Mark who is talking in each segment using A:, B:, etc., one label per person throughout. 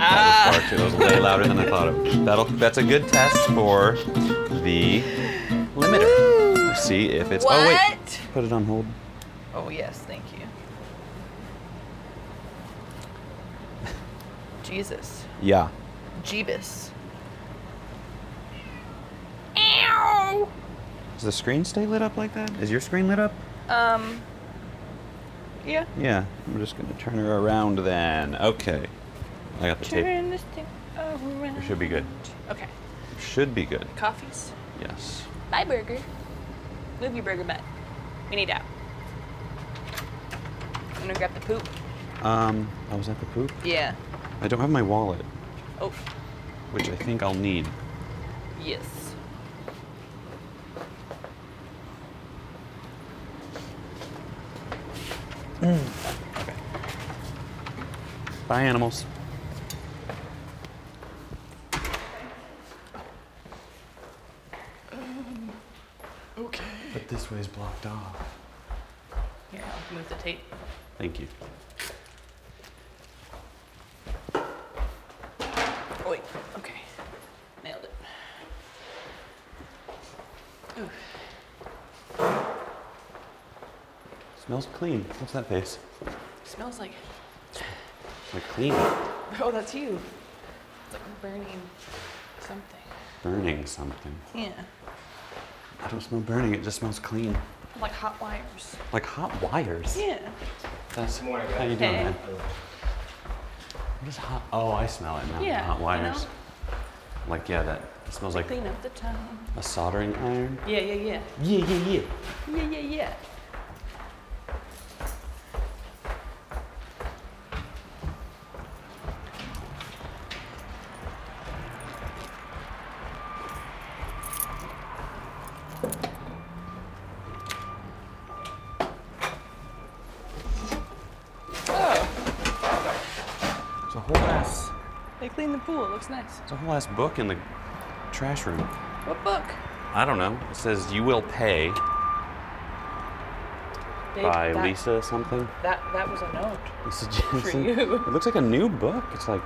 A: Ah.
B: louder than I thought it. That'll that's a good test for the limiter. See if it's. Oh wait,
A: What?
B: put it on hold.
A: Oh, yes, thank you. Jesus.
B: Yeah.
A: Jeebus.
B: Does the screen stay lit up like that? Is your screen lit up?
A: Um. Yeah.
B: Yeah. I'm just gonna turn her around then. Okay. I got the tape.
A: Turn this thing around.
B: It should be good.
A: Okay.
B: Should be good.
A: Coffees.
B: Yes.
A: Bye, burger. Move your burger butt. We need out. I'm gonna grab the poop.
B: Um, I was at the poop.
A: Yeah.
B: I don't have my wallet,
A: Oh,
B: which I think I'll need.
A: yes.
B: Bye, animals.
C: But this way is blocked off.
A: Here, I'll move the tape.
B: Thank you.
A: Oh, wait. Okay. Nailed it.
B: Smells clean. What's that face?
A: Smells like.
B: Like clean,
A: Oh, that's you. It's like burning something.
B: burning something.
A: Yeah.
B: I don't smell burning. It just smells clean,
A: Like hot wires.
B: like hot wires.
A: Yeah.
B: That's
C: morning,
B: how you doing,
A: Hey.
B: man. What is hot? Oh, I smell it now.
A: Yeah,
B: hot
A: you
B: wires.
A: know?
B: Like yeah, that it smells like
A: Clean up the town.
B: a soldering iron.
A: Yeah, yeah, yeah.
B: Yeah, yeah, yeah.
A: Yeah, yeah, yeah. Oh,
B: It's a whole ass.
A: they cleaned the pool. It looks nice.
B: It's a whole ass book in the trash room.
A: What book?
B: I don't know. It says "You Will Pay"
A: Babe,
B: by
A: that,
B: Lisa something.
A: That that was a note.
B: Lisa Jensen.
A: you.
B: It looks like a new book. It's like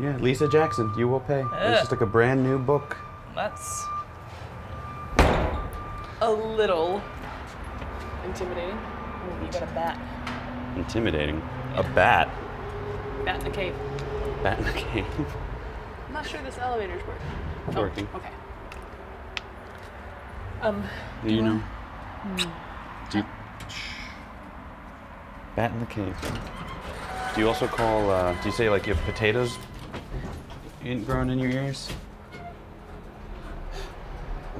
B: Yeah, Lisa Jackson, you will pay. It's just like a brand new book.
A: That's a little intimidating. Ooh, you got a bat.
B: Intimidating. A bat.
A: Bat in a cave.
B: Bat in a cave.
A: I'm not sure this elevator's working.
B: It's working.
A: Oh, Okay. Um,
B: Do you know? Do you, Hmm. Bat in the cave. Do you also call? Uh, do you say like you have potatoes in, grown in your ears?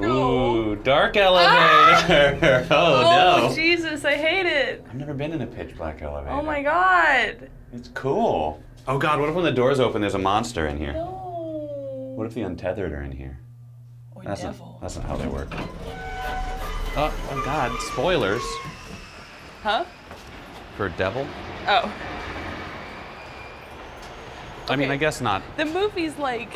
B: Ooh, dark
A: Ah!
B: elevator. oh, no!
A: Jesus, I hate it.
B: I've never been in a pitch black elevator.
A: Oh my god.
B: It's cool. Oh god, what if when the doors open, there's a monster in here?
A: No.
B: What if the untethered are in here?
A: Or
B: That's
A: devil.
B: not, that's not how they work. Oh, oh god, spoilers
A: Huh?
B: for devil.
A: Oh.
B: I mean,
A: Okay.
B: I guess not.
A: The movie's like,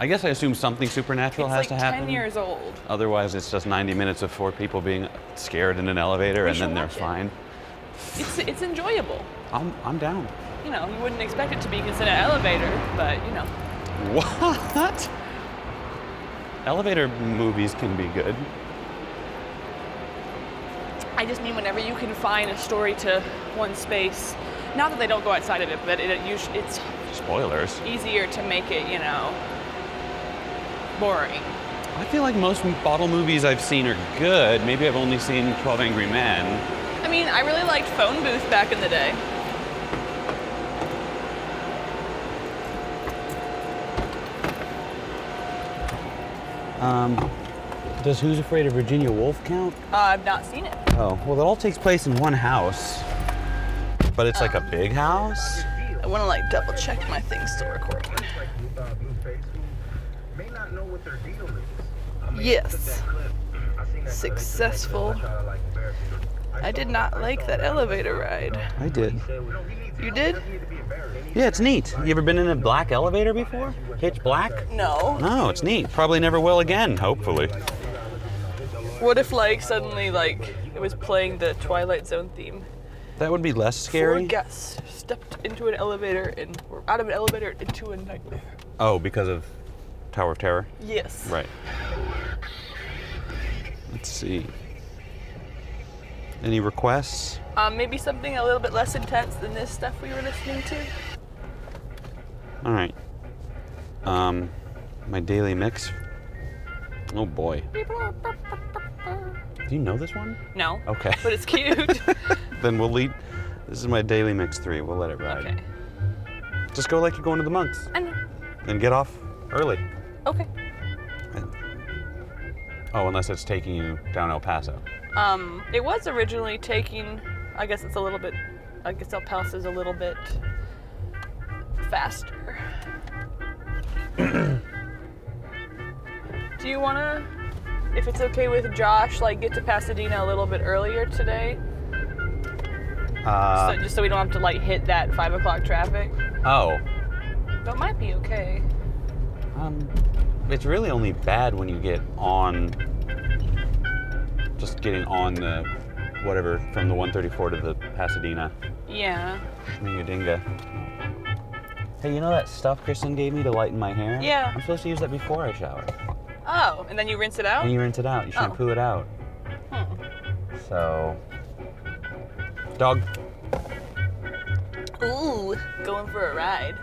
B: I guess I assume something supernatural
A: it's
B: has
A: like
B: to
A: 10
B: happen.
A: years old.
B: Otherwise, it's just 90 minutes of four people being scared in an elevator and then
A: should
B: they're
A: watch
B: fine.
A: it. It's, it's enjoyable.
B: I'm, I'm down.
A: You know, you wouldn't expect it to be considered an elevator, but you know.
B: What? Elevator movies can be good.
A: I just mean whenever you confine a story to one space. Not that they don't go outside of it, but it, usu it's
B: Spoilers.
A: easier to make it, you know, boring.
B: I feel like most bottle movies I've seen are good. Maybe I've only seen 12 Angry Men.
A: I mean, I really liked Phone Booth back in the day.
B: Um, does Who's Afraid of Virginia Woolf count?
A: Uh, I've not seen it.
B: Oh, well, it all takes place in one house. But it's like a big house?
A: I want to like double check my thing's still recording.
D: like uh, Blueface, who may not know what their deal is. I mean,
A: Yes.
D: look at that clip. I seen that clip.
A: Successful.
D: I try to, like, embarrass you.
A: I did not like that elevator ride.
B: I did.
D: No, he needs-
A: You did?
D: he needs to be embarrassed.
B: Yeah, it's neat. You ever been in a black elevator before? Pitch black?
A: No.
B: No, it's neat. Probably never will again, hopefully.
A: What if like suddenly like it was playing the Twilight Zone theme?
B: That would be less scary.
A: Four guests stepped into an elevator and were out of an elevator into a nightmare.
B: oh, because of Tower of Terror.
A: Yes.
B: Right. Let's see. Any requests?
A: Um, maybe something a little bit less intense than this stuff we were listening to.
B: All right. Um, my daily mix. Oh boy. Do you know this one?
A: No.
B: Okay.
A: But it's cute.
B: Then we'll lead. This is my daily mix three. We'll let it ride.
A: okay.
B: Just go like you're going to the monks
A: I know.
B: and get off early.
A: Okay.
B: And- Oh, unless it's taking you down El Paso.
A: Um, it was originally taking. I guess it's a little bit. I guess El Paso's a little bit faster. Do you want to, if it's okay with Josh, like get to Pasadena a little bit earlier today,
B: Uh,
A: so just so we don't have to like hit that five o'clock traffic?
B: oh.
A: That might be okay.
B: Um, it's really only bad when you get on. Just getting on the whatever from the 134 to the Pasadena.
A: Yeah.
B: Dinga. Hey, you know that stuff Kristen gave me to lighten my hair?
A: Yeah.
B: I'm supposed to use that before I shower.
A: Oh, and then you rinse it out.
B: And you rinse it out. You
A: Oh.
B: shampoo it out.
A: Hmm.
B: So. Dog.
A: Ooh, going for a ride.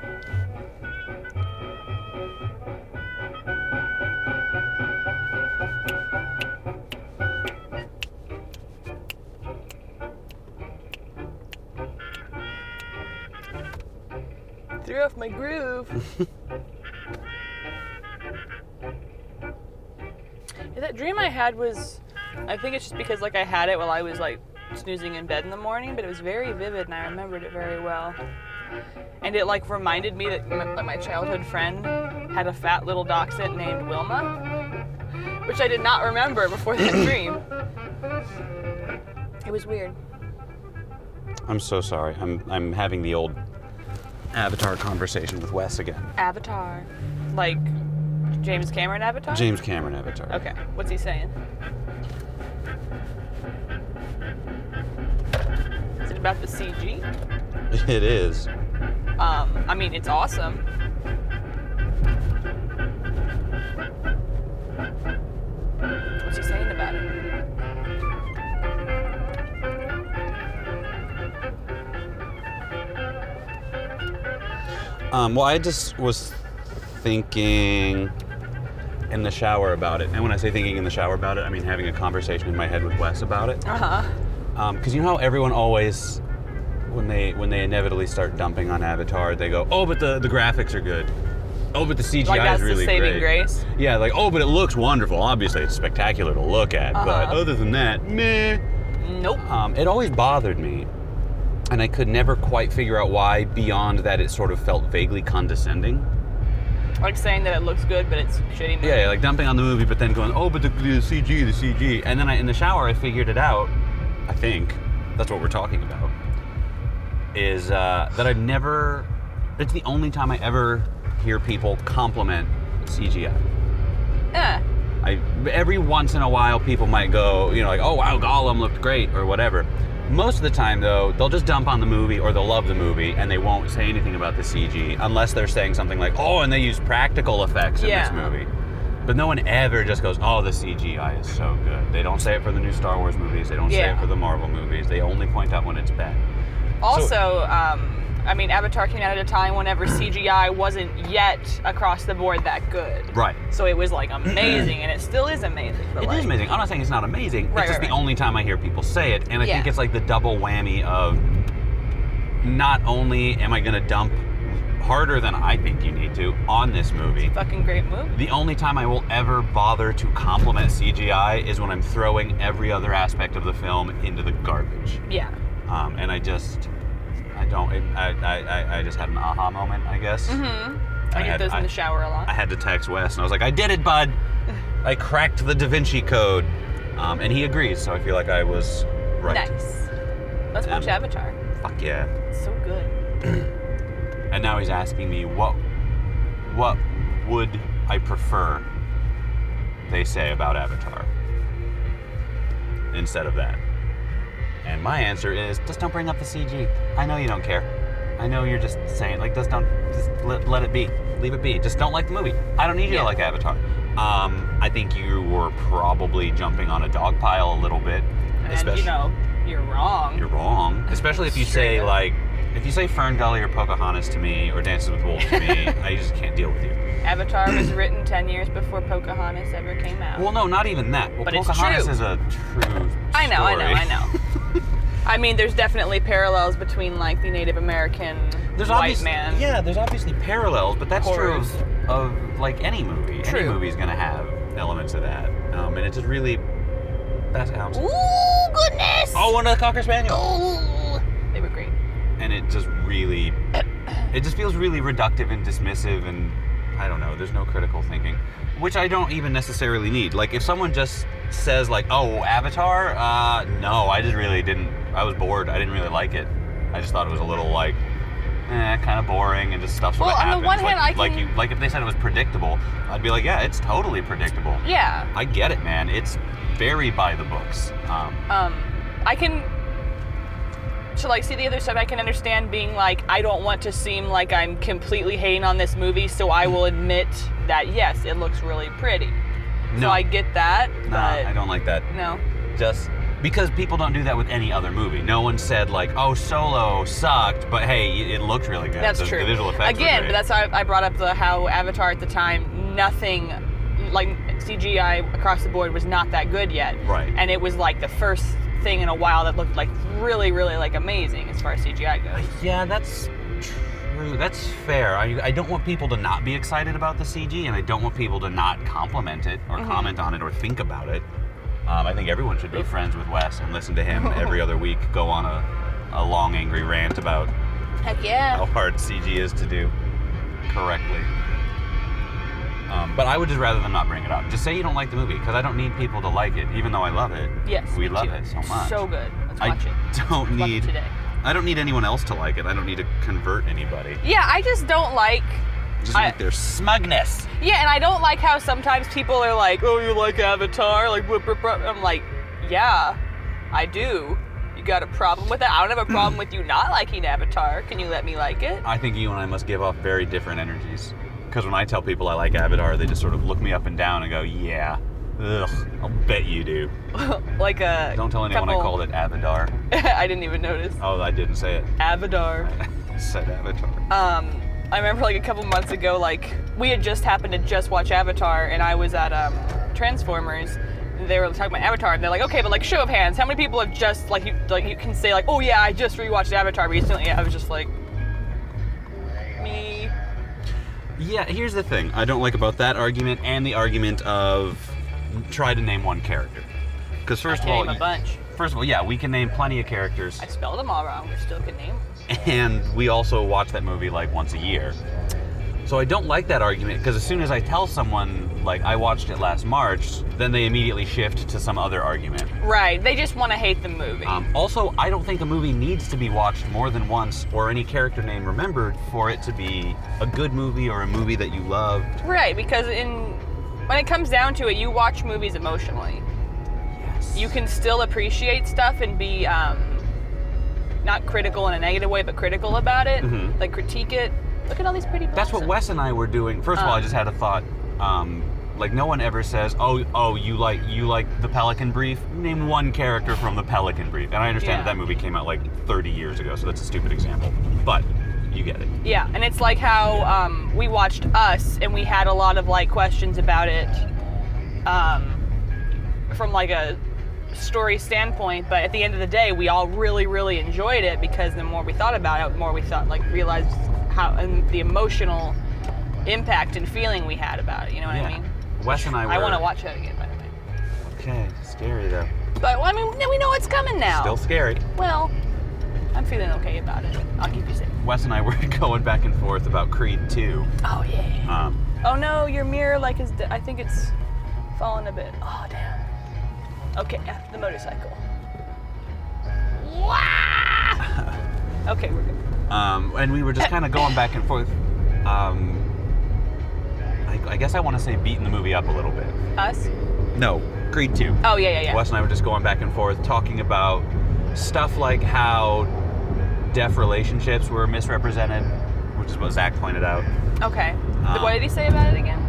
A: Threw off my groove. Yeah, that dream I had was, I think it's just because like I had it while I was like snoozing in bed in the morning, but it was very vivid and I remembered it very well. And it like reminded me that my, like, my childhood friend had a fat little dachshund named Wilma, which I did not remember before that dream. It was weird.
B: I'm so sorry. I'm, I'm having the old Avatar conversation with Wes again.
A: Avatar, like James Cameron Avatar.
B: James Cameron Avatar.
A: Okay, what's he saying? Is it about the CG?
B: It is.
A: Um, I mean, it's awesome. What's he saying about it?
B: Um, well, I just was thinking in the shower about it. And when I say thinking in the shower about it, I mean having a conversation in my head with Wes about it.
A: Uh huh.
B: Because you know how everyone always, when they when they inevitably start dumping on Avatar, they go, "Oh, but the, the graphics are good. Oh, but the CGI
A: Like that's
B: is really
A: the saving
B: great."
A: grace.
B: Yeah, like, "Oh, but it looks wonderful. Obviously, it's spectacular to look at. But
A: Uh-huh.
B: other than that, meh."
A: Nope.
B: Um, it always bothered me, and I could never quite figure out why. Beyond that, it sort of felt vaguely condescending.
A: Like saying that it looks good, but it's shitty.
B: Yeah, yeah, like dumping on the movie, but then going, "Oh, but the, the CG, the CG." And then I, in the shower, I figured it out. I think that's what we're talking about. Is uh, that I've never. It's the only time I ever hear people compliment CGI.
A: Eh.
B: I every once in a while people might go, you know, like, oh wow, Gollum looked great or whatever. Most of the time though, they'll just dump on the movie or they'll love the movie and they won't say anything about the CG unless they're saying something like, oh, and they use practical effects in this
A: Yeah.
B: movie. But no one ever just goes, oh, the CGI is so good. They don't say it for the new Star Wars movies. They don't say it
A: Yeah.
B: for the Marvel movies. They only point out when it's bad.
A: Also, um, I mean, Avatar came out at a time whenever CGI wasn't yet across the board that good.
B: Right.
A: So it was like amazing, and it still is amazing. But
B: It is
A: like,
B: amazing. I'm not saying it's not amazing.
A: Right,
B: it's just
A: right,
B: the
A: right.
B: only time I hear people say it, and I think
A: Yeah.
B: it's like the double whammy of not only am I going to dump harder than I think you need to on this movie.
A: Fucking great movie.
B: The only time I will ever bother to compliment CGI is when I'm throwing every other aspect of the film into the garbage.
A: Yeah.
B: Um, and I just, I don't, it, I, I, I- I just had an aha moment, I guess.
A: hmm
B: I
A: I get
B: had-
A: those
B: I-
A: in the shower a lot.
B: I had to text Wes, and I was like, "I did it, bud! I cracked the Da Vinci Code," um, and he agrees. So I feel like I was right.
A: Nice. Let's watch
B: Um,
A: Avatar.
B: Fuck yeah!
A: It's so good.
B: And now he's asking me what what would I prefer they say about Avatar instead of that. And my answer is just don't bring up the CG. I know you don't care. I know you're just saying like just don't just let, let it be. Leave it be. Just don't like the movie. I don't need you
A: Yeah.
B: to like Avatar. Um, I think you were probably jumping on a dog pile a little bit.
A: And you know, you're wrong.
B: You're wrong. Especially if you
A: Straight
B: say
A: up.
B: like, if you say Fern Gully or Pocahontas to me or Dances with Wolves to me, I just can't deal with you.
A: Avatar was written 10 years before Pocahontas ever came out.
B: Well, no, not even that. Well,
A: But it's
B: Pocahontas
A: true.
B: is a true.
A: I know, I know,
B: story.
A: I know. I mean, there's definitely parallels between like the Native American
B: There's
A: white
B: obvious-
A: man.
B: Yeah, there's obviously parallels, but that's
A: Horrors.
B: true of, of like any movie. Any
A: True.
B: movie's gonna have elements of that, um, and it just really that's how.
A: Ooh, goodness!
B: Oh, one of the cocker spaniel. Oh.
A: Ooh. They were great.
B: And it just really, it just feels really reductive and dismissive, and I don't know. There's no critical thinking, which I don't even necessarily need. Like if someone just says like, "Oh, Avatar," uh, no, I just really didn't. I was bored. I didn't really like it. I just thought it was a little like. Eh, kind of boring and just stuff. Sort
A: Well,
B: of
A: on
B: happens.
A: the one
B: like,
A: hand, I
B: like
A: can-
B: you like if they said it was predictable, I'd be like, yeah, it's totally predictable.
A: Yeah.
B: I get it, man. It's very by the books. Um,
A: um, I can to like see the other side. I can understand being like, I don't want to seem like I'm completely hating on this movie, so I will admit that yes, it looks really pretty.
B: no,
A: So I get that,
B: nah,
A: but
B: I don't like that.
A: no,
B: Just because people don't do that with any other movie. No one said like, oh, Solo sucked, but hey, it- it looked really good.
A: that's
B: The-
A: true.
B: The visual effects. were
A: Again,
B: great.
A: but that's why I brought up the how Avatar at the time, nothing like CGI across the board was not that good yet,
B: Right.
A: And it was like the first thing in a while that looked like really, really like amazing as far as CGI goes.
B: Yeah, that's true. That's fair. I, I don't want people to not be excited about the CG, and I don't want people to not compliment it
A: Mm-hmm.
B: or comment on it or think about it. Um, I think everyone should be friends with Wes and listen to him every other week go on a, a long, angry rant about
A: Heck yeah.
B: how hard CG is to do correctly. Um, but I would just rather them not bring it up. Just say you don't like the movie, because I don't need people to like it, even though I love it.
A: Yes,
B: We
A: me
B: love
A: too.
B: it so much.
A: So good. Let's
B: I
A: watch it.
B: don't
A: Let's watch
B: need
A: it today.
B: I don't need anyone else to like it. I don't need to convert anybody.
A: Yeah, I just don't like.
B: Just
A: I-
B: like their smugness.
A: Yeah, and I don't like how sometimes people are like, "Oh, you like Avatar?" Like, whoop, whoop, whoop. I'm like, "Yeah, I do." You got a problem with that? I don't have a problem with you not liking Avatar. Can you let me like it?
B: I think you and I must give off very different energies. Because when I tell people I like Avatar, they just sort of look me up and down and go, "Yeah, ugh, I'll bet you do."
A: like a.
B: Don't tell anyone I called it Avatar.
A: it. I didn't even notice.
B: Oh, I didn't say it.
A: Avatar.
B: I said Avatar.
A: um, I remember like a couple months ago, like we had just happened to just watch Avatar, and I was at um, Transformers. and They were talking about Avatar, and they're like, okay, but like show of hands, how many people have just like you like you can say like, oh yeah, I just rewatched Avatar recently. I was just like, me.
B: Yeah, here's the thing I don't like about that argument and the argument of try to name one character. Because first of all,
A: Name a
B: you-
A: bunch.
B: first of all, yeah, we can name plenty of characters,
A: I spelled them all wrong. We still could name. them.
B: and we also watch that movie like once a year. So I don't like that argument because as soon as I tell someone like I watched it last March, then they immediately shift to some other argument.
A: Right. They just want to hate the movie.
B: Um, also, I don't think a movie needs to be watched more than once or any character name remembered for it to be a good movie or a movie that you loved.
A: right. Because in when it comes down to it, you watch movies emotionally.
B: Yes.
A: you can still appreciate stuff and be um, not critical in a negative way, but critical about it.
B: Mhm.
A: Like critique it. Look at all these pretty.
B: That's what
A: blossoms.
B: Wes and I were doing. First of all, I
A: Um,
B: just had a thought. Um, like no one ever says, "Oh, oh, you like you like the Pelican Brief." Name one character from the Pelican Brief. And I understand
A: Yeah.
B: that that movie came out like 30 years ago, so that's a stupid example. But you get it.
A: Yeah, and it's like how um, we watched Us, and we had a lot of like questions about it um, from like a story standpoint. But at the end of the day, we all really, really enjoyed it because the more we thought about it, the more we thought like realized how and the emotional impact and feeling we had about it. You know what I
B: Yeah.
A: mean?
B: Wes and I were.
A: I want to watch that again, by the way.
B: Okay, scary though.
A: But well, I mean, we know it's coming now.
B: Still scary.
A: Well, I'm feeling okay about it. I'll keep you safe.
B: Wes and I were going back and forth about Creed 2.
A: Oh yeah.
B: Um,
A: Oh no, your mirror like is. I think it's falling a bit. Oh damn. Okay, yeah, the motorcycle. Wah! okay, we're good.
B: um, and we were just kind of going back and forth. Um, I, I guess I want to say beating the movie up a little bit.
A: Us?
B: No, Creed 2.
A: Oh yeah, yeah, yeah.
B: Wes and I were just going back and forth talking about stuff like how deaf relationships were misrepresented, which is what Zach pointed out.
A: Okay.
B: Um,
A: what did he say about it again?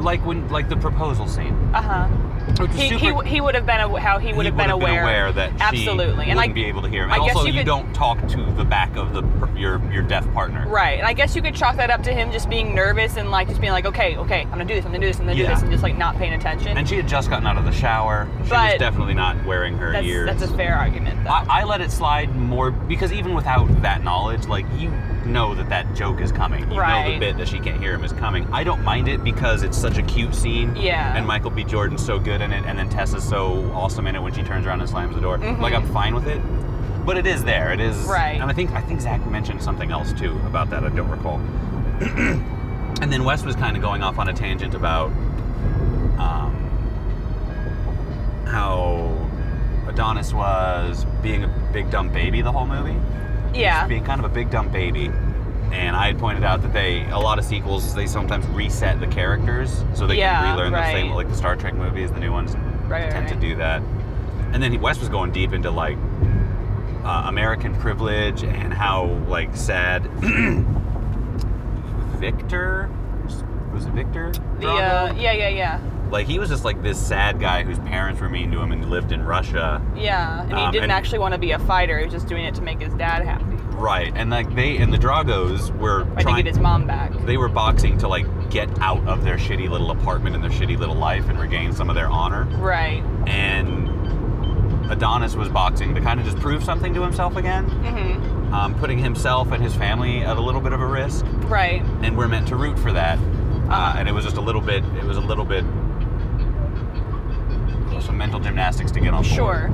B: Like when, like the proposal scene.
A: Uh huh.
B: Which was
A: He,
B: super-
A: he, w- he would have been aw- how he
B: he
A: would have been
B: would've
A: aware.
B: that she
A: absolutely,
B: wouldn't
A: and like
B: be able to hear him.
A: I
B: And
A: guess
B: also,
A: you
B: you
A: could-
B: don't talk to the back of the per- your your deaf partner.
A: Right, and I guess you could chalk that up to him just being nervous and like just being like, okay, okay, I'm gonna do this, I'm gonna do this, I'm gonna
B: Yeah.
A: do this, and just like not paying attention.
B: And she had just gotten out of the shower. She was
A: But-
B: definitely not wearing her
A: that's,
B: ears.
A: that's a fair argument, though.
B: I, I let it slide more because even without that knowledge, like you know that that joke is coming. You know the
A: Right.
B: bit that she can't hear him is coming. I don't mind it because it's such a cute scene.
A: Yeah.
B: And Michael B. Jordan's so good in it, and then Tessa's so awesome in it when she turns around and slams the door.
A: Mhm.
B: Like I'm fine with it, but it is there. It is.
A: Right.
B: And I think I think Zach mentioned something else too about that. I don't recall. and then Wes was kind of going off on a tangent about. Um, how Adonis was being a big dumb baby the whole movie.
A: yeah,
B: Just being kind of a big dumb baby. And I had pointed out that they a lot of sequels they sometimes reset the characters so they
A: Yeah,
B: can relearn
A: right.
B: the same like the Star Trek movies, the new ones
A: Right, right,
B: tend to
A: right.
B: do that. And then he- Wes was going deep into like uh, American privilege and how like sad Victor was it Victor?
A: the
B: Drago?
A: uh, yeah, yeah, yeah,
B: like he was just like this sad guy whose parents were mean to him and lived in Russia.
A: yeah, and he
B: Um,
A: didn't
B: and-
A: actually want to be a fighter; he was just doing it to make his dad happy
B: Right, and like they and the Dragos were
A: or to
B: trying.
A: get his mom back.
B: they were boxing to like get out of their shitty little apartment and their shitty little life and regain some of their honor.
A: Right.
B: And Adonis was boxing to kind of just prove something to himself again,
A: Mm-hmm.
B: um, putting himself and his family at a little bit of a risk.
A: Right.
B: And we're meant to root for that. Uh, and it was just a little bit. It was a little bit. Some mental gymnastics to get on board.
A: Sure.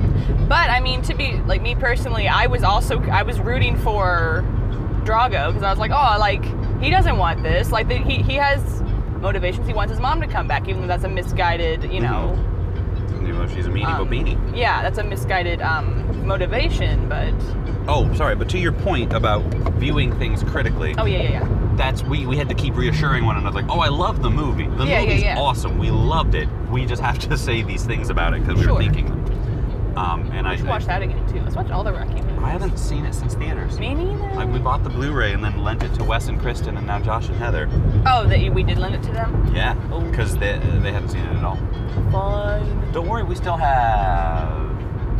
A: But I mean, to be like me personally, I was also I was rooting for Drago because I was like, oh, like he doesn't want this. Like the, he he has motivations. He wants his mom to come back, even though that's a misguided, you know.
B: You know, she's a meanie
A: um,
B: bobini.
A: Yeah, that's a misguided um, motivation. But
B: Oh, sorry, but to your point about viewing things critically,
A: oh yeah, yeah, yeah.
B: that's we we had to keep reassuring one another like, "Oh, I love the movie. The
A: Yeah, yeah,
B: movie's
A: yeah.
B: awesome. We loved it. We just have to say these things about it because we
A: Sure.
B: were thinking them." Um, and I,
A: We should
B: I-
A: watch that again too. Let's watch all the Rocky movies.
B: I haven't seen it since theaters.
A: Me neither.
B: Like we bought the Blu-ray and then lent it to Wes and Kristen and now Josh and Heather.
A: oh, that you- we did lend it to them.
B: Yeah,
A: Oh.
B: because they they hadn't seen it at all.
A: Fine.
B: Don't worry, we still have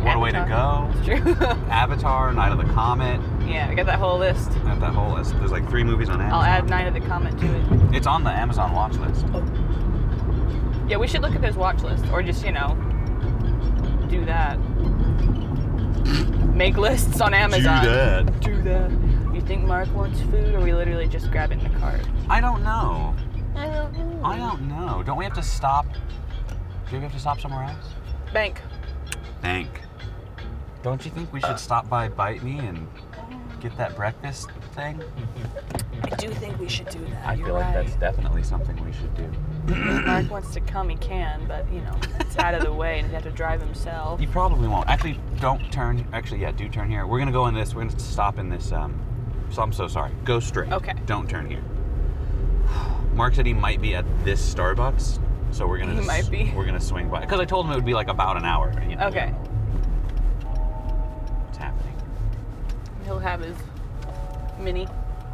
B: What a Way to
A: Avatar.
B: Go,
A: It's true.
B: Avatar, Night of the Comet.
A: yeah, I got that whole list.
B: I have that whole list. There's like three movies on Amazon.
A: I'll add Night of the Comet to it.
B: It's on the Amazon watch list.
A: Yeah, we should look at those watch lists, or just you know, do that. Make lists on Amazon.
B: that.
A: Do that. You think Mark wants food, or we literally just grab it in the cart?
B: I don't know.
A: I don't know.
B: I don't know. Don't we have to stop? Do we have to stop somewhere else?
A: Bank.
B: Bank. Don't you think we should stop by Bite Me and get that breakfast thing?
A: I do think we should do that.
B: I
A: You're
B: feel like
A: right.
B: that's definitely something we should do.
A: If Mark wants to come, he can, but you know, it's out of the way, and he'd have to drive himself.
B: You probably won't. Actually, don't turn. Actually, yeah, do turn here. We're gonna go in this. We're gonna stop in this. Um, so I'm so sorry. Go straight.
A: Okay.
B: Don't turn here. Mark said he might be at this Starbucks, so we're gonna.
A: He
B: just-
A: might be.
B: We're gonna swing by because I told him it would be like about an hour. you know.
A: Okay.
B: It's happening.
A: He'll have his mini.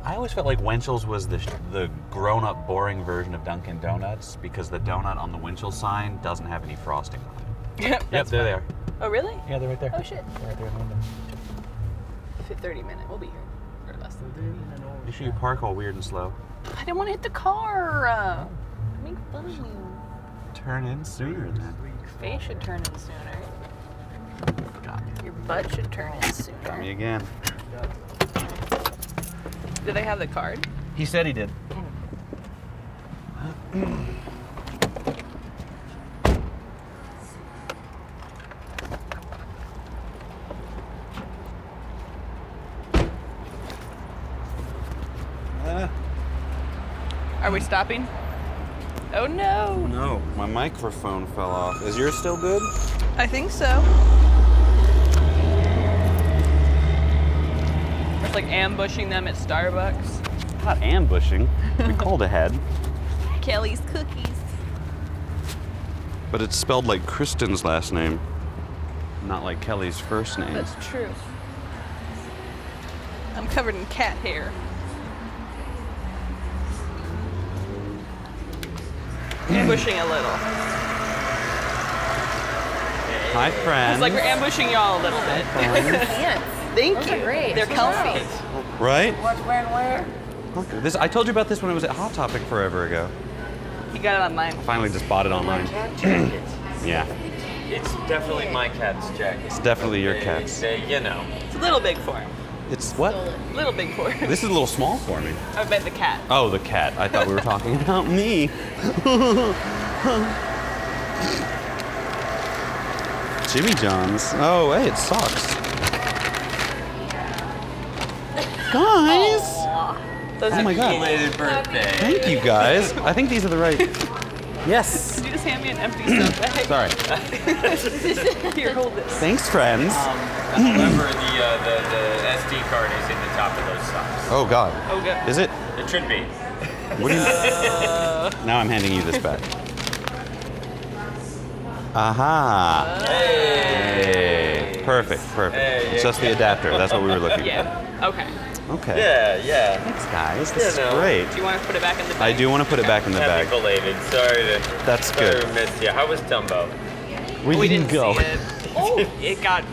B: I always felt like Winchell's was the, the grown up, boring version of Dunkin' Donuts because the donut on the Winchell sign doesn't have any frosting on it. yep,
A: That's-
B: there they are.
A: Oh really?
B: Yeah, they're right there.
A: Oh shit.
B: Right there in the window.
A: Fit 30 minute. We'll be here. Or less than 30 minutes.
B: Make sure you park all weird and slow.
A: I didn't want to hit the car. Uh, Make fun of you.
B: Turn in sooner than that.
A: Your face should turn in sooner.
B: Got me.
A: Your butt should turn in
B: Got me
A: sooner.
B: again.
A: Do they have the card?
B: He said he did. Uh,
A: Are we stopping? Oh no.
B: No, my microphone fell off. Is yours still good?
A: I think so. It's like ambushing them at Starbucks.
B: Not ambushing. We called ahead.
A: Kelly's cookies.
B: But it's spelled like Kristen's last name. not like Kelly's first name.
A: That's true. I'm covered in cat hair. ambushing a little.
B: Hi, friends.
A: It's like we're ambushing y'all a little bit.
C: Pants.
A: Thank
C: Those
A: you.
C: are great.
A: They're
C: Good
A: comfy.
C: job.
B: right?
C: What, when, where?
B: Look, This I told you about this when it was at Hot Topic forever ago.
A: He got it on mine.
B: Finally, just bought it online.
C: Cat jackets.
B: Yeah,
E: It's definitely my cat's jacket.
B: it's definitely your
E: They-
B: cat's.
E: They, you know.
A: It's a little big for him.
B: It's what?
A: Little big for him.
B: This is a little small for me.
A: I bet the cat.
B: Oh, the cat. I thought we were talking about me. Jimmy John's. Oh, hey, it sucks. Guys,
A: Those
B: Oh
A: are
B: my God.
A: cute.
E: Belated birthday.
B: thank you guys. I think these are the right. Yes.
A: Could you just hand me an empty soap bag?
B: Sorry.
A: Here, hold this.
B: Thanks, friends.
C: Um,
E: However, the, uh, the the SD card is in the top of those socks.
B: Oh God.
A: Oh, good.
B: Is it?
E: It should be.
B: What do you? now I'm handing you this back. Aha. Hey. Perfect. Perfect.
E: Hey,
B: it's just the adapter. That's what we were looking
A: Yeah. Okay.
B: for. Okay.
E: Yeah, yeah.
B: Thanks, guys. This
E: You know.
B: is
A: Do
B: great.
A: you want to put it back in the bag?
B: I do want to put it back in the
E: Happy
B: bag.
E: belated. Sorry to.
B: That's
E: sorry
B: good.
E: to miss you. How was Dumbo?
A: We, didn't see it. Oh, it got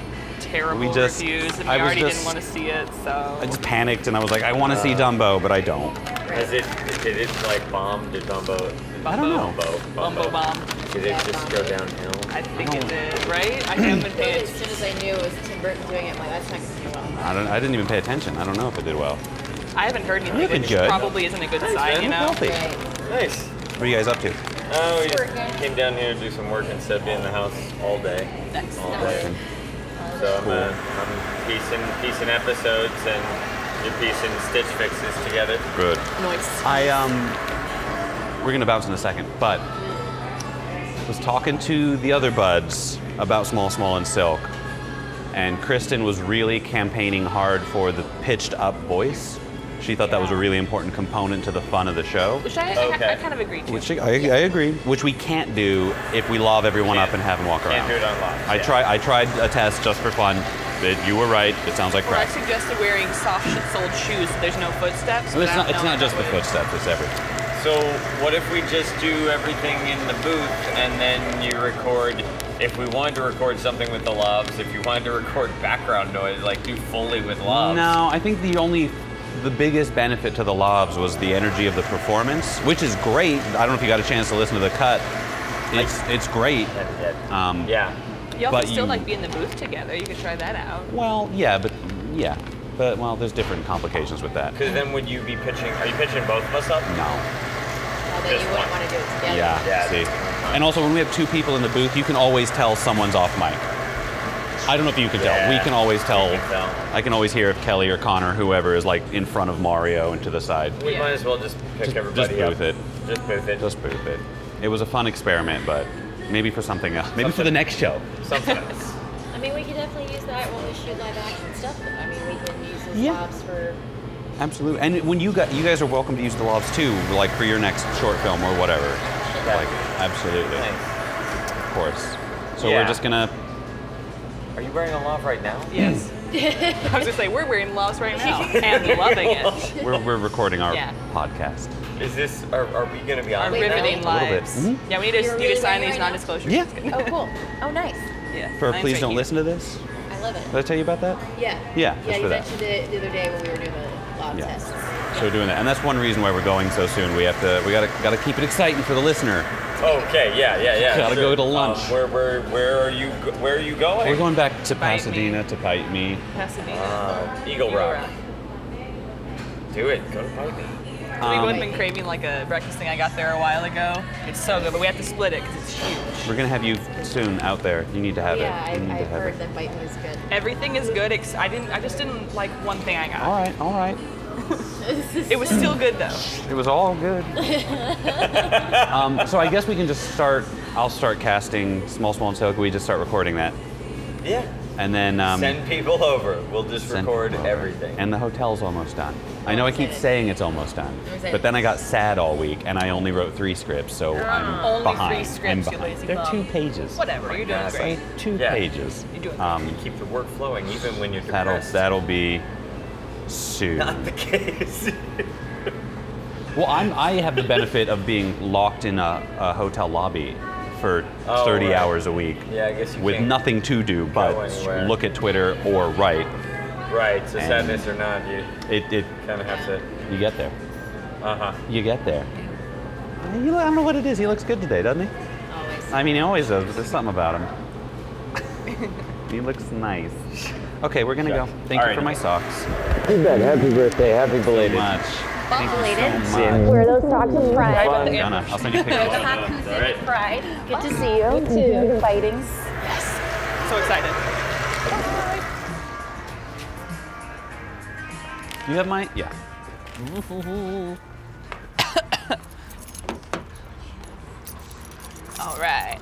A: terrible
B: We just-
A: reviews, and we
B: I was
A: already
B: just-
A: didn't want to see it. So
B: I just panicked and I was like, I want to see Dumbo, but I don't.
E: Has it did it like bomb? Did Dumbo?
B: I don't know.
E: Bumbo.
A: Bumbo bomb.
E: Did it just go downhill?
A: I think it did, right? I haven't been paying
C: As soon as I knew it was Tim Burton doing it, I'm like, that's not going to do well.
B: I don't. I didn't even pay attention. I don't know if it did well.
A: I haven't heard anything,
B: been
A: which
B: good.
A: probably isn't a good sign,
E: man.
A: you know?
B: Healthy.
C: Right.
E: Nice.
B: What are you guys up to?
E: Oh, we just came down here to do some work instead of being in the house all day.
A: Nice.
E: All day. So I'm, uh, I'm piecing, piecing episodes and you're piecing stitch fixes together.
B: Good.
A: Noise.
B: I um, we're gonna bounce in a second, but was talking to the other buds about Small Small and Silk, and Kristen was really campaigning hard for the pitched up voice. She thought that was a really important component to the fun of the show.
A: Which I, I- I,
E: Okay.
A: kind of agree to.
B: Which I, I agree. Which we can't do if we lob everyone up and have them walk around.
E: Can't do it on live.
B: I
E: yeah.
B: try. I tried a test just for fun. That you were right. It sounds like
A: or I
B: crap.
A: suggested wearing soft soled shoes so there's no footsteps. but
B: It's
A: I
B: not.
A: don't
B: It's
A: know
B: not
A: if
B: just the
A: that would-
B: footsteps. It's everything.
E: So what if we just do everything in the booth and then you record? If we wanted to record something with the lobs, if you wanted to record background noise, like do fully with lobs.
B: No, I think the only, the biggest benefit to the lobs was the energy of the performance, which is great. I don't know if you got a chance to listen to the cut. It's it's great. Um,
E: Yeah.
A: Y'all
B: but
A: could still
B: you- Hmm.
A: like be in the booth together. You could try that out.
B: Well, yeah, but yeah, but well, there's different complications with that.
E: Because then would you be pitching? Are you pitching both of us up?
B: No.
C: Well, then
E: Just
C: you wouldn't
E: one.
C: want to do it together.
B: Yeah.
E: Yeah.
B: See. And also, when we have two people in the booth, you can always tell someone's off mic. I don't know if you can tell.
E: Yeah.
B: we can always tell.
E: can tell.
B: I can always hear if Kelly or Connor, whoever, is like in front of Mario and to the side.
E: We
A: Yeah.
E: might as well just pick
B: Just-
E: everybody
B: just booth
E: up.
B: it.
E: Just booth it.
B: Just booth it. It was a fun experiment, but maybe for something else. Maybe for the next show.
E: something.
C: I mean, we could definitely use that when we shoot live action stuff. though. I mean, we can use those
B: Yeah.
C: lobs for.
B: Absolutely. And when you got, you guys are welcome to use the lobs too, like for your next short film or whatever. Like, absolutely,
E: Nice.
B: of course. So
E: Yeah.
B: we're just gonna.
E: Are you wearing a lob right now?
A: Yes. I was gonna say we're wearing gloves right now and loving it.
B: We're, we're recording our
A: Yeah.
B: podcast.
E: Is this? Are, are we gonna be
A: Our
E: on? right
A: riveting
E: now?
B: A little bit.
A: lives.
B: Mhm.
A: Yeah, we need to,
C: You're
A: need
C: really
A: to sign
C: wearing
A: these
C: right now?
A: non-disclosure.
B: Yeah.
C: Oh, cool. Oh, nice.
A: yeah.
B: For
A: mine's
B: please
A: right
B: don't
A: here.
B: listen to this.
C: I love it.
B: Did I tell you about that?
C: Yeah.
B: Yeah, that's
C: Yeah,
B: for
C: you
B: that.
C: mentioned it the other day when we were doing the lob
B: Yeah.
C: tests.
B: So we're doing that, and that's one reason why we're going so soon. We have to. We gotta gotta keep it exciting for the listener.
E: Okay. Yeah. Yeah. Yeah.
B: Gotta
E: sure.
B: go to lunch.
E: Um, where where where are you go- where are you going?
B: We're going back to
A: Bite me.
B: Pasadena to bite me.
A: Pasadena.
E: Uh, Eagle
A: Eagle
E: Rock.
A: Rock.
E: Do it. Go to Bite Me.
A: We've
B: Um,
A: both been craving like a breakfast thing I got there a while ago. It's so good, but we have to split it because it's huge.
B: Um, We're gonna have you soon out there. You need to have
C: Yeah,
B: it. You need
C: I,
B: to
C: I've
B: have
C: heard
B: it.
C: that biting is good.
A: Everything is good. Ex- I didn't. I just didn't like one thing I got.
B: All right, all right.
A: It was still good though.
B: It was all good. um, so I guess we can just start. I'll start casting Small Small and So. Can we just start recording that?
E: Yeah.
B: And then um,
E: send people over. We'll just
B: send
E: record
B: people over.
E: everything.
B: And the hotel's almost done. I know I keep
C: Almost did it.
B: saying it's almost done,
F: Almost did
B: but
F: it.
B: then I got sad all week and I only wrote three scripts, so I'm
A: Ah. Only three
B: behind.
A: scripts,
B: I'm
A: you
B: behind.
A: lazy
B: They're
A: bum.
B: two pages.
A: Whatever, you're doing
B: Yes,
A: great.
B: I- two
E: Yeah.
B: pages.
A: You're doing great.
B: Um,
E: Keep the work flowing even when you're
B: that'll
E: depressed.
B: that'll be soon.
E: Not the case.
B: Well, I'm, I have the benefit of being locked in a, a hotel lobby for
E: Oh,
B: 30
E: right.
B: hours a week
E: yeah, I guess you
B: with
E: can't.
B: nothing to do but
E: anywhere.
B: look at Twitter or write.
E: Right. So
B: And-
E: sadness or not, you
B: It, it
E: kind of have to.
B: you get there.
E: Uh huh.
B: You get there. He, I don't know what it is. He looks good today, doesn't he?
F: Always.
B: I mean, he always does, but there's something about him. he looks nice. Okay, we're gonna go.
E: Yeah.
B: Thank
E: All
B: you
E: right.
B: for my socks.
G: Too bad. Happy birthday. Happy
B: So
G: belated.
B: much. Thank you so
G: Belated.
B: much.
C: Where those socks are fried.
A: Bye.
B: Donna, I'll send you pictures.
F: Pride.
C: Good to see you. You Ah. too. Fighting.
A: So excited.
B: Do you have my? Yeah.
A: All right.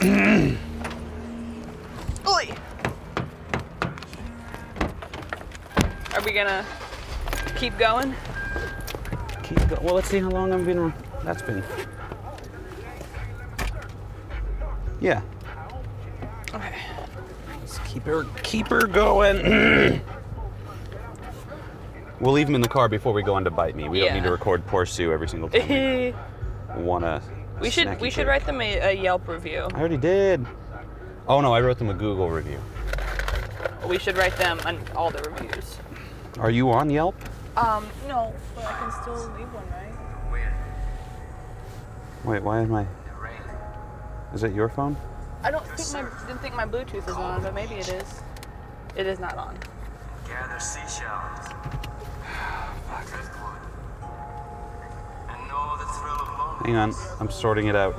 A: Oi. Are we gonna keep going?
B: Keep go- well, let's see how long I've been. That's been. Yeah.
A: Okay.
B: Let's keep her keep her going. we'll leave him in the car before we go on to bite me. We
A: Yeah.
B: don't need to record poor Sue every single time.
A: we
B: we wanna.
A: should
B: Oh snacky
A: we should
B: pig.
A: write them a, a Yelp review.
B: I already did. Oh no, I wrote them a Google review.
A: We should write them on all the reviews.
B: Are you on Yelp?
A: Um, no, but I can still leave one, right?
B: Wait, why am I? Is it your phone?
A: I don't think my didn't think my Bluetooth is on, but maybe it is. It is not on.
H: gather seashells, driftwood, and know the thrill of moment,
B: Hang on, I'm sorting it out.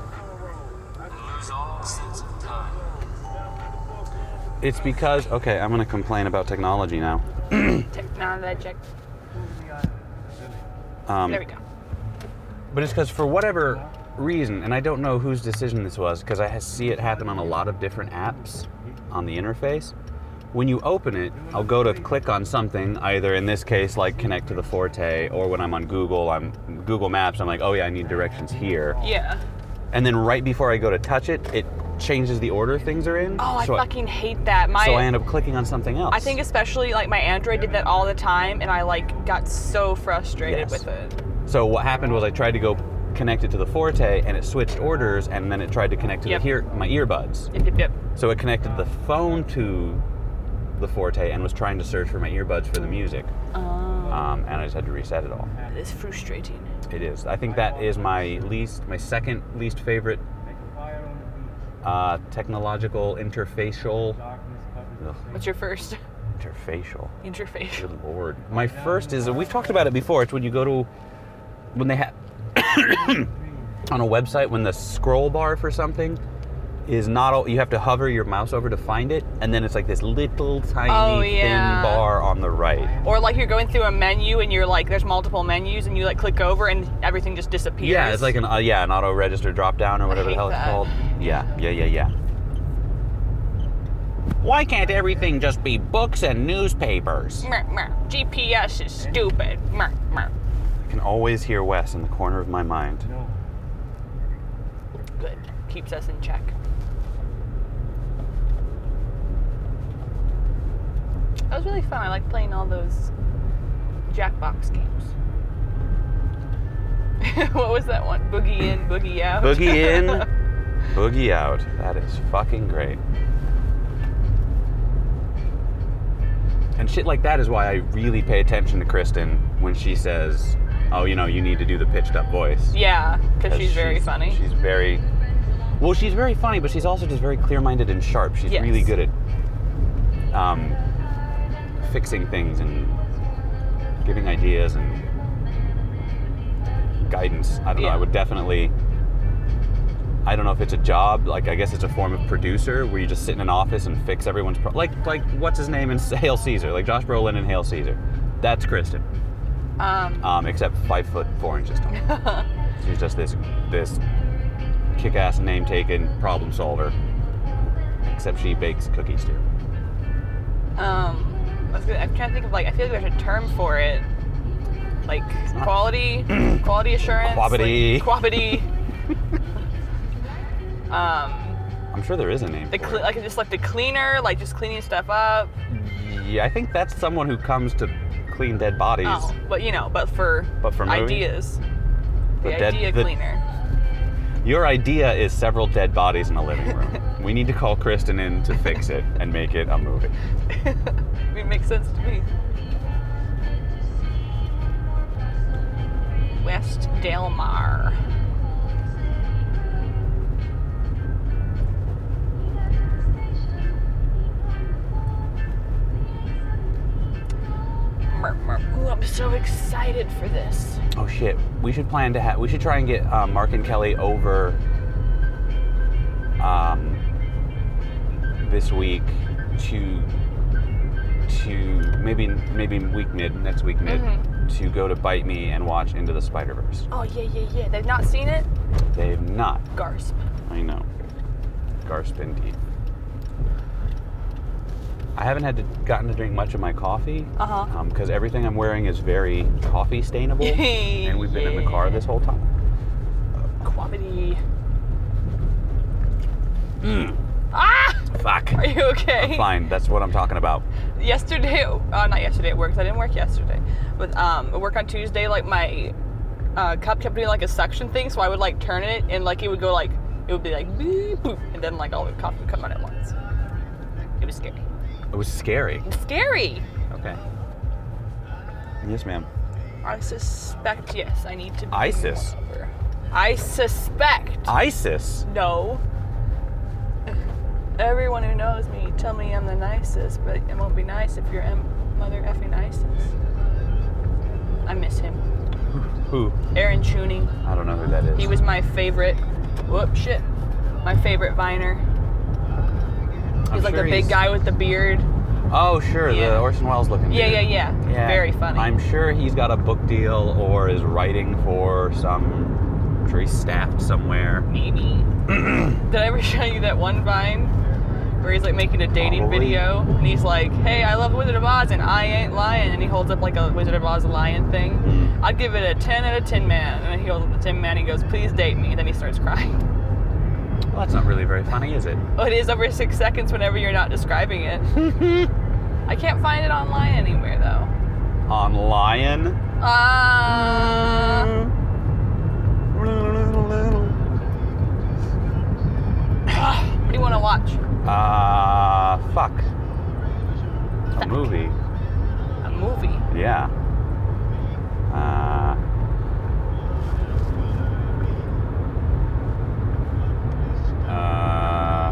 H: and lose all sense of time.
B: It's because okay, I'm gonna complain about technology now.
A: Technologic.
B: Um,
A: There we go.
B: But it's because for whatever reason, and I don't know whose decision this was, because I ha- see it happen on a lot of different apps on the interface. When you open it, I'll go to click on something, either in this case, like connect to the Forte, or when I'm on Google, I'm Google Maps, I'm like, oh yeah, I need directions here.
A: Yeah.
B: And then right before I go to touch it, it changes the order things are in.
A: Oh, I
B: so
A: fucking hate that. My,
B: so I end up clicking on something else.
A: I think especially like my Android did that all the time, and I like got so frustrated
B: Yes.
A: with it.
B: So what happened was I tried to go connect it to the Forte, and it switched orders, and then it tried to connect to
A: Yep.
B: the ear- my earbuds.
A: Yep, yep, yep.
B: So it connected the phone to the Forte and was trying to search for my earbuds for the music.
A: Oh.
B: Um, and I just had to reset it all.
A: It is frustrating.
B: It is. I think that is my least, my second least favorite uh, technological interfacial. Ugh,
A: What's your first
B: interfacial.
A: interface?
B: Good lord. My first is we've talked about it before. It's when you go to when they have on a website when the scroll bar for something is not all you have to hover your mouse over to find it and then it's like this little tiny
A: Oh, yeah.
B: thin bar on the right.
A: Or like you're going through a menu and you're like, there's multiple menus, and you like click over and everything just disappears.
B: Yeah, it's like an uh, yeah, an auto register drop down or whatever the
A: hate
B: hell it's
A: that.
B: called. Yeah, yeah, yeah, yeah. Why can't everything just be books and newspapers?
A: Meh, meh. GPS is stupid. Meh, meh.
B: I can always hear Wes in the corner of my mind.
A: Good. Keeps us in check. That was really fun. I like playing all those Jackbox games. what was that one? Boogie in, boogie out.
B: Boogie in, boogie out. That is fucking great. And shit like that is why I really pay attention to Kristen when she says, "Oh, you know, you need to do the pitched up voice."
A: yeah, because she's very funny.
B: She's very well. She's very funny, but she's also just very clear-minded and sharp. She's
A: Yes.
B: really good at um, fixing things and giving ideas and guidance. I don't know.
A: Yeah.
B: I would definitely. I don't know if it's a job. Like I guess it's a form of producer where you just sit in an office and fix everyone's pro- like like what's his name in Hail Caesar, like Josh Brolin in Hail Caesar. That's Kristen
A: um,
B: um, except five foot four inches tall. She's just this this kick-ass name-taken problem solver. Except she bakes cookies too.
A: um, I was gonna, I'm trying to think of like I feel like there's a term for it, like quality, quality assurance,
B: Quabity.
A: like, quabity. um,
B: I'm sure there is a name.
A: the
B: for
A: cle
B: it.
A: like just like the cleaner, like just cleaning stuff up.
B: yeah, I think that's someone who comes to clean dead bodies.
A: Oh, but you know, but for
B: But for movies?
A: ideas,
B: The
A: the,
B: dead-
A: idea
B: the-
A: cleaner.
B: Your idea is several dead bodies in a living room. we need to call Kristen in to fix it and make it a movie.
A: I mean, makes sense to me. West Delmar. Mer- mer- Ooh, I'm so excited for this.
B: Oh shit! We should plan to have. We should try and get uh, Mark and Kelly over. Um. This week, to to maybe maybe week mid next week mid to go to bite me and watch Into the Spider Verse.
A: Oh yeah, yeah, yeah. They've not seen it.
B: They've not.
A: Garsp.
B: I know. Garsp indeed. I haven't had to, gotten to drink much of my coffee
A: Uh huh.
B: because everything I'm wearing is very coffee stainable, and we've been in the car this whole time.
A: Quality. Ah!
B: Fuck.
A: Are you okay?
B: I'm fine. That's what I'm talking about.
A: yesterday uh, not yesterday at work 'cause i didn't work yesterday but um at work on tuesday like my uh, cup kept doing like a suction thing so i would like turn it and like it would go like it would be like beep boop and then like all the coffee would come out at once it was scary
B: It was scary.
A: It's scary
B: Okay. Yes, ma'am.
A: i suspect yes i need to be
B: ISIS.
A: run over. i suspect
B: ISIS.
A: no everyone who knows me tell me i'm the nicest but it won't be nice if you're M- mother effing isis i miss him
B: Who?
A: Aaron Chuning.
B: I don't know who that is.
A: He was my favorite. Whoop shit. My favorite Viner. He was like the big guy with the beard.
B: Oh, sure.
A: Yeah.
B: The Orson Welles looking.
A: Yeah,
B: dude.
A: yeah, yeah.
B: Yeah.
A: Very funny.
B: I'm sure he's got a book deal or is writing for some. I'm sure he's staffed somewhere.
A: Maybe. Did I ever show you that one Vine where he's like making a dating
B: Probably.
A: video and he's like, "Hey, I love Wizard of Oz and I ain't lying," and he holds up like a Wizard of Oz lion thing. I'd give it a 10 out of 10 man. And then he holds up the 10 man. and He goes, "Please date me." And then he starts crying.
B: Well, that's not really very funny, is it?
A: Oh, it is over six seconds whenever you're not describing it. I can't find it online anywhere though.
B: On lion.
A: Uh, what do you want to watch?
B: Ah, uh, fuck. A movie.
A: A movie.
B: Yeah. Uh, uh,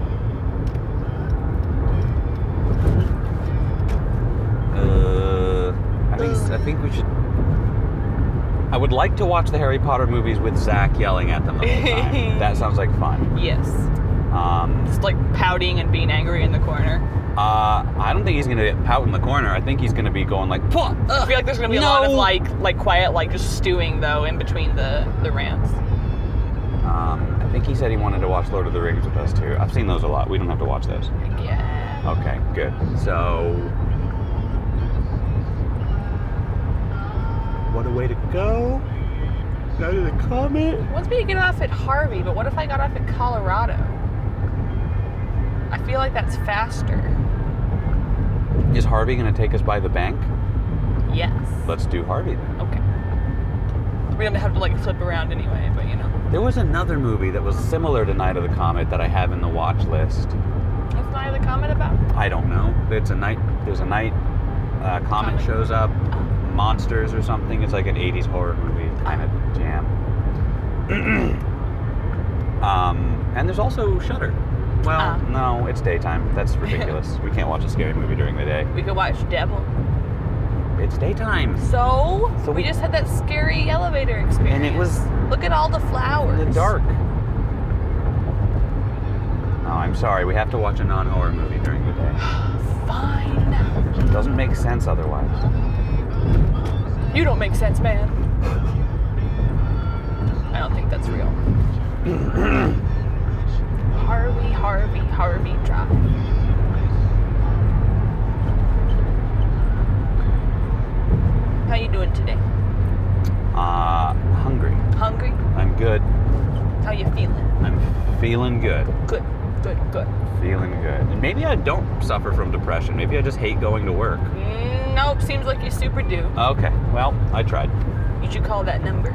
B: uh, I think I think we should. I would like to watch the Harry Potter movies with Zach yelling at them the whole time. that sounds like fun.
A: Yes.
B: Um,
A: Just like pouting and being angry in the corner.
B: uh, I don't think he's gonna pout in the corner. I think he's gonna be going like, "Pwah,
A: I
B: ugh,
A: feel like there's gonna be a lot of
B: no."
A: like like quiet like just stewing though in between the the rants.
B: Um, I think he said he wanted to watch Lord of the Rings with us too. I've seen those a lot. We don't have to watch those.
A: Yeah.
B: Okay, good. So. What a way to go. Now to the comment.
A: Wants me to get off at Harvey, but what if I got off at Colorado? I feel like that's faster.
B: Is Harvey going to take us by the bank?
A: Yes.
B: Let's do Harvey then.
A: Okay. We don't have to like flip around anyway, but you know.
B: There was another movie that was similar to Night of the Comet that I have in the watch list.
A: What's my other comment about?
B: I don't know. It's a night. There's a night. Uh, comet
A: Comet. Oh.
B: shows up. Monsters or something. It's like an '80s horror movie kind of jam. um, and there's also Shudder. Well,
A: Ah.
B: no, it's daytime. That's ridiculous. we can't watch a scary movie during the day.
A: We could watch Devil.
B: It's daytime.
A: So,
B: So
A: we,
B: we-
A: just had that scary elevator experience.
B: And it was
A: Look at all the
B: in
A: flowers.
B: the dark. No, I'm sorry. We have to watch a non-horror movie during the day.
A: Fine.
B: It doesn't make sense otherwise.
A: You don't make sense, man. I don't think that's real. Harvey, Harvey, Harvey Drive.
B: Uh, good.
A: How you feeling?
B: I'm feeling good.
A: Good, good, good.
B: Feeling good. Maybe I don't suffer from depression. Maybe I just hate going to work.
A: Mm, nope, seems like you super do.
B: Okay, well, I tried.
A: You should call that number.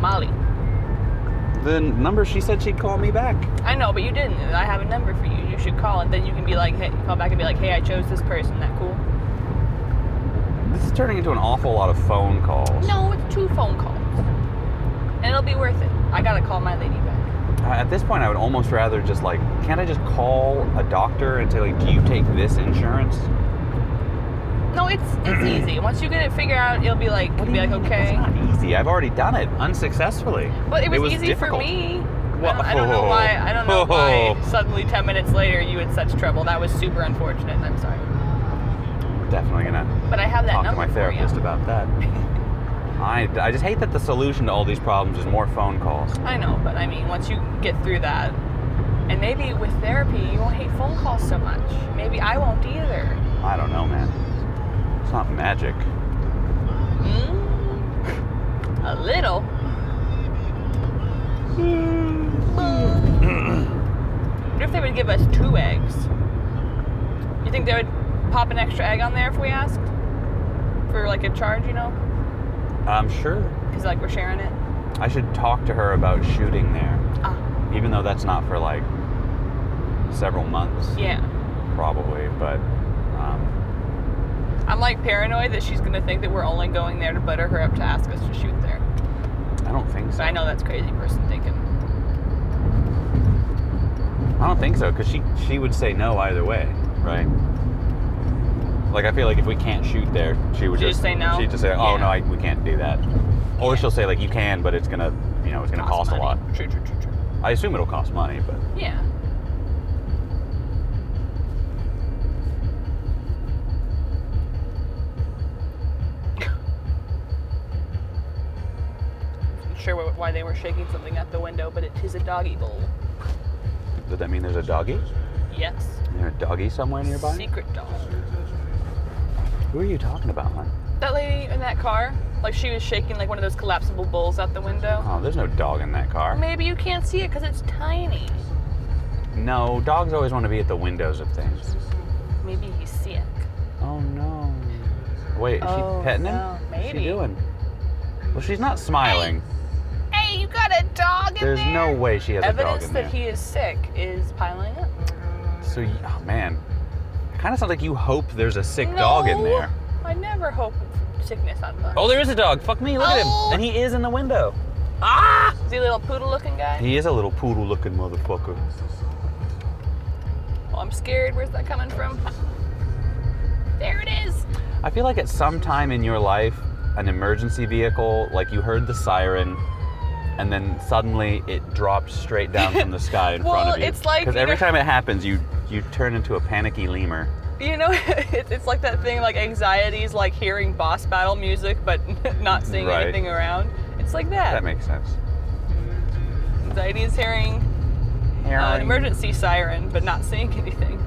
A: Molly.
B: The number she said she'd call me back.
A: I know, but you didn't. I have a number for you. You should call, and then you can be like, hey, call back and be like, hey, I chose this person. That cool?
B: This is turning into an awful lot of phone calls.
A: No, it's two phone calls, and it'll be worth it. I gotta call my lady back.
B: Uh, At this point, I would almost rather just like, can't I just call a doctor and say, like, do you take this insurance?
A: No, it's it's easy. Once you get it figured out, it'll be like,
B: What do
A: be
B: you
A: like,
B: mean?
A: okay.
B: It's not easy. I've already done it unsuccessfully.
A: But it was, easy
B: difficult.
A: for me.
B: Whoa.
A: I don't, I don't know why. I don't know why. Suddenly, ten minutes later, you had such trouble. That was super unfortunate. I'm sorry.
B: Definitely gonna
A: But I have that
B: talk to
A: number
B: my
A: for you.
B: therapist about that. I, I just hate that the solution to all these problems is more phone calls.
A: I know, but I mean, once you get through that, and maybe with therapy, you won't hate phone calls so much. Maybe I won't either.
B: I don't know, man. It's not magic.
A: Mm, a little. Hmm. what if they would give us two eggs? You think they would pop an extra egg on there if we asked? For like a charge, you know?
B: I'm sure.
A: Because like we're sharing it.
B: I should talk to her about shooting there,
A: Ah,
B: even though that's not for like several months,
A: yeah.
B: probably. But um,
A: I'm like paranoid that she's gonna think that we're only going there to butter her up to ask us to shoot there.
B: I don't think so.
A: But I know that's crazy person thinking.
B: I don't think so, because she she would say no either way, right? Like I feel like if we can't shoot there, she would
A: She'd
B: just
A: say no?
B: She'd just say, "Oh
A: Yeah.
B: no, I, we can't do that," or she'll say like, "You can, but it's gonna, you know, it's gonna cost, a
A: money.
B: lot."
A: True, true, true, true.
B: I assume it'll cost money, but
A: Yeah. Not Sure, wh- why they were shaking something at the window, but it is a doggy bowl.
B: does that mean there's a doggy?
A: Yes,
B: Is there a doggy somewhere nearby?
A: secret dog.
B: Who are you talking about, hon?
A: That lady in that car, like she was shaking like one of those collapsible bowls out the window.
B: Oh, there's no dog in that car.
A: Maybe you can't see it because it's tiny.
B: No, dogs always want to be at the windows of things.
A: Maybe he's sick.
B: Oh no. Wait, is
A: Oh,
B: she petting him?
A: no,
B: What's she
A: maybe.
B: doing? Well, she's not smiling.
A: Hey, you got a dog in
B: There's no
A: there?
B: way she has a dog
A: Evidence
B: in
A: that
B: there.
A: he is sick is piling up.
B: So, you, oh man, kind of sounds like you hope there's a sick dog in
A: No,
B: there.
A: I never hope sickness on bugs.
B: Oh, there is a dog. Fuck me. Look
A: Oh.
B: at him, and he is in the window. Ah!
A: Is he a little poodle looking guy?
B: He is a little poodle-looking motherfucker.
A: Oh, I'm scared. Where's that coming from? There it is.
B: I feel like at some time in your life, an emergency vehicle, like you heard the siren, and then suddenly it dropped straight down from the sky in front
A: Well,
B: of you.
A: it's like,
B: because
A: you
B: every
A: know-
B: time it happens, you you turn into a panicky lemur.
A: You know, it's, it's like that thing like anxiety is like hearing boss battle music but not seeing
B: Right.
A: anything around. It's like that.
B: That makes sense.
A: anxiety is hearing uh, an
B: Heroin.
A: emergency siren but not seeing anything.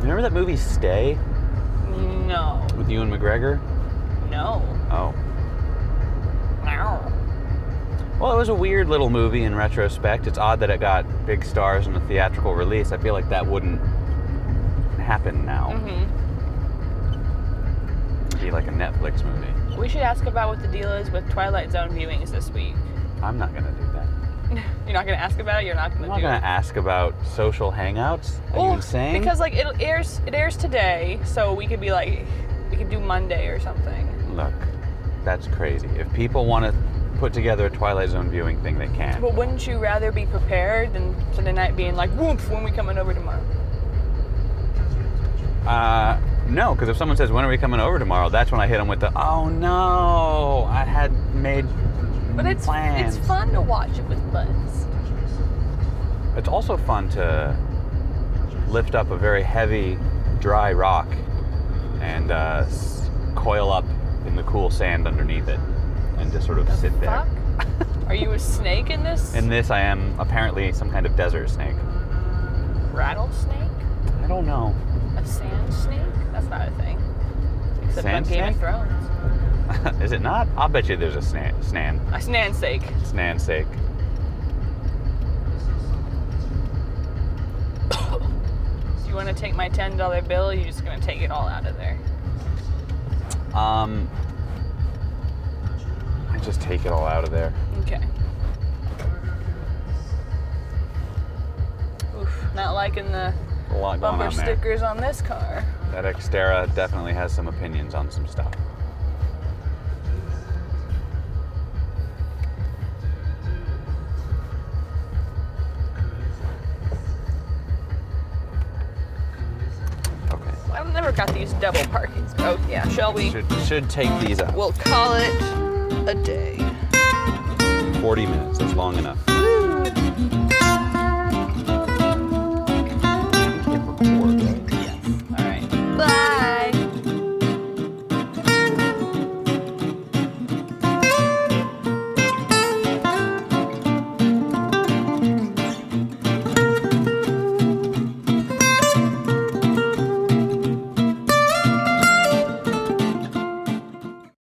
B: Remember that movie Stay
A: No.
B: with Ewan McGregor?
A: No.
B: Oh.
A: No.
B: Well, it was a weird little movie in retrospect. It's odd that it got big stars in a theatrical release. I feel like that wouldn't happen now.
A: hmm Mm-hmm.
B: It'd be like a Netflix movie.
A: We should ask about what the deal is with Twilight Zone viewings this week.
B: I'm not gonna do that.
A: You're not gonna ask about it. You're not gonna
B: I'm
A: do
B: not
A: it.
B: gonna ask about social hangouts. Are you
A: Well,
B: insane?
A: Because like it airs, it airs today, so we could be like, we could do Monday or something.
B: look, that's crazy. If people want to put together a Twilight Zone viewing thing, they can.
A: But wouldn't you rather be prepared than Sunday night being like, whoop, when we coming over tomorrow?
B: Uh, no, because if someone says, "When are we coming over tomorrow?" That's when I hit them with the, "Oh no, I had made
A: But it's
B: Mm, plans."
A: it's fun to watch it with buds.
B: It's also fun to lift up a very heavy, dry rock and uh, s- coil up in the cool sand underneath it, and just sort of sit there.
A: Fuck. Are you a snake in this?
B: In this, I am apparently some kind of desert snake.
A: rattlesnake?
B: I don't know.
A: A sand snake? That's not a thing. Except on
B: Sand
A: Game of
B: snake?
A: Thrones.
B: Is it not? I'll bet you there's a snan. Snan.
A: A snan's sake.
B: Snan's sake.
A: Do you want to take my ten dollar bill? You're just gonna take it all out of there.
B: Um, I just take it all out of there.
A: Okay. Oof, not liking the
B: A lot going
A: bumper
B: on there.
A: stickers on this car.
B: That Xterra definitely has some opinions on some stuff. Okay.
A: I've never got these double parkings. Oh yeah, shall we?
B: Should, should take these out.
A: We'll call it a day.
B: 40 minutes. That's long enough.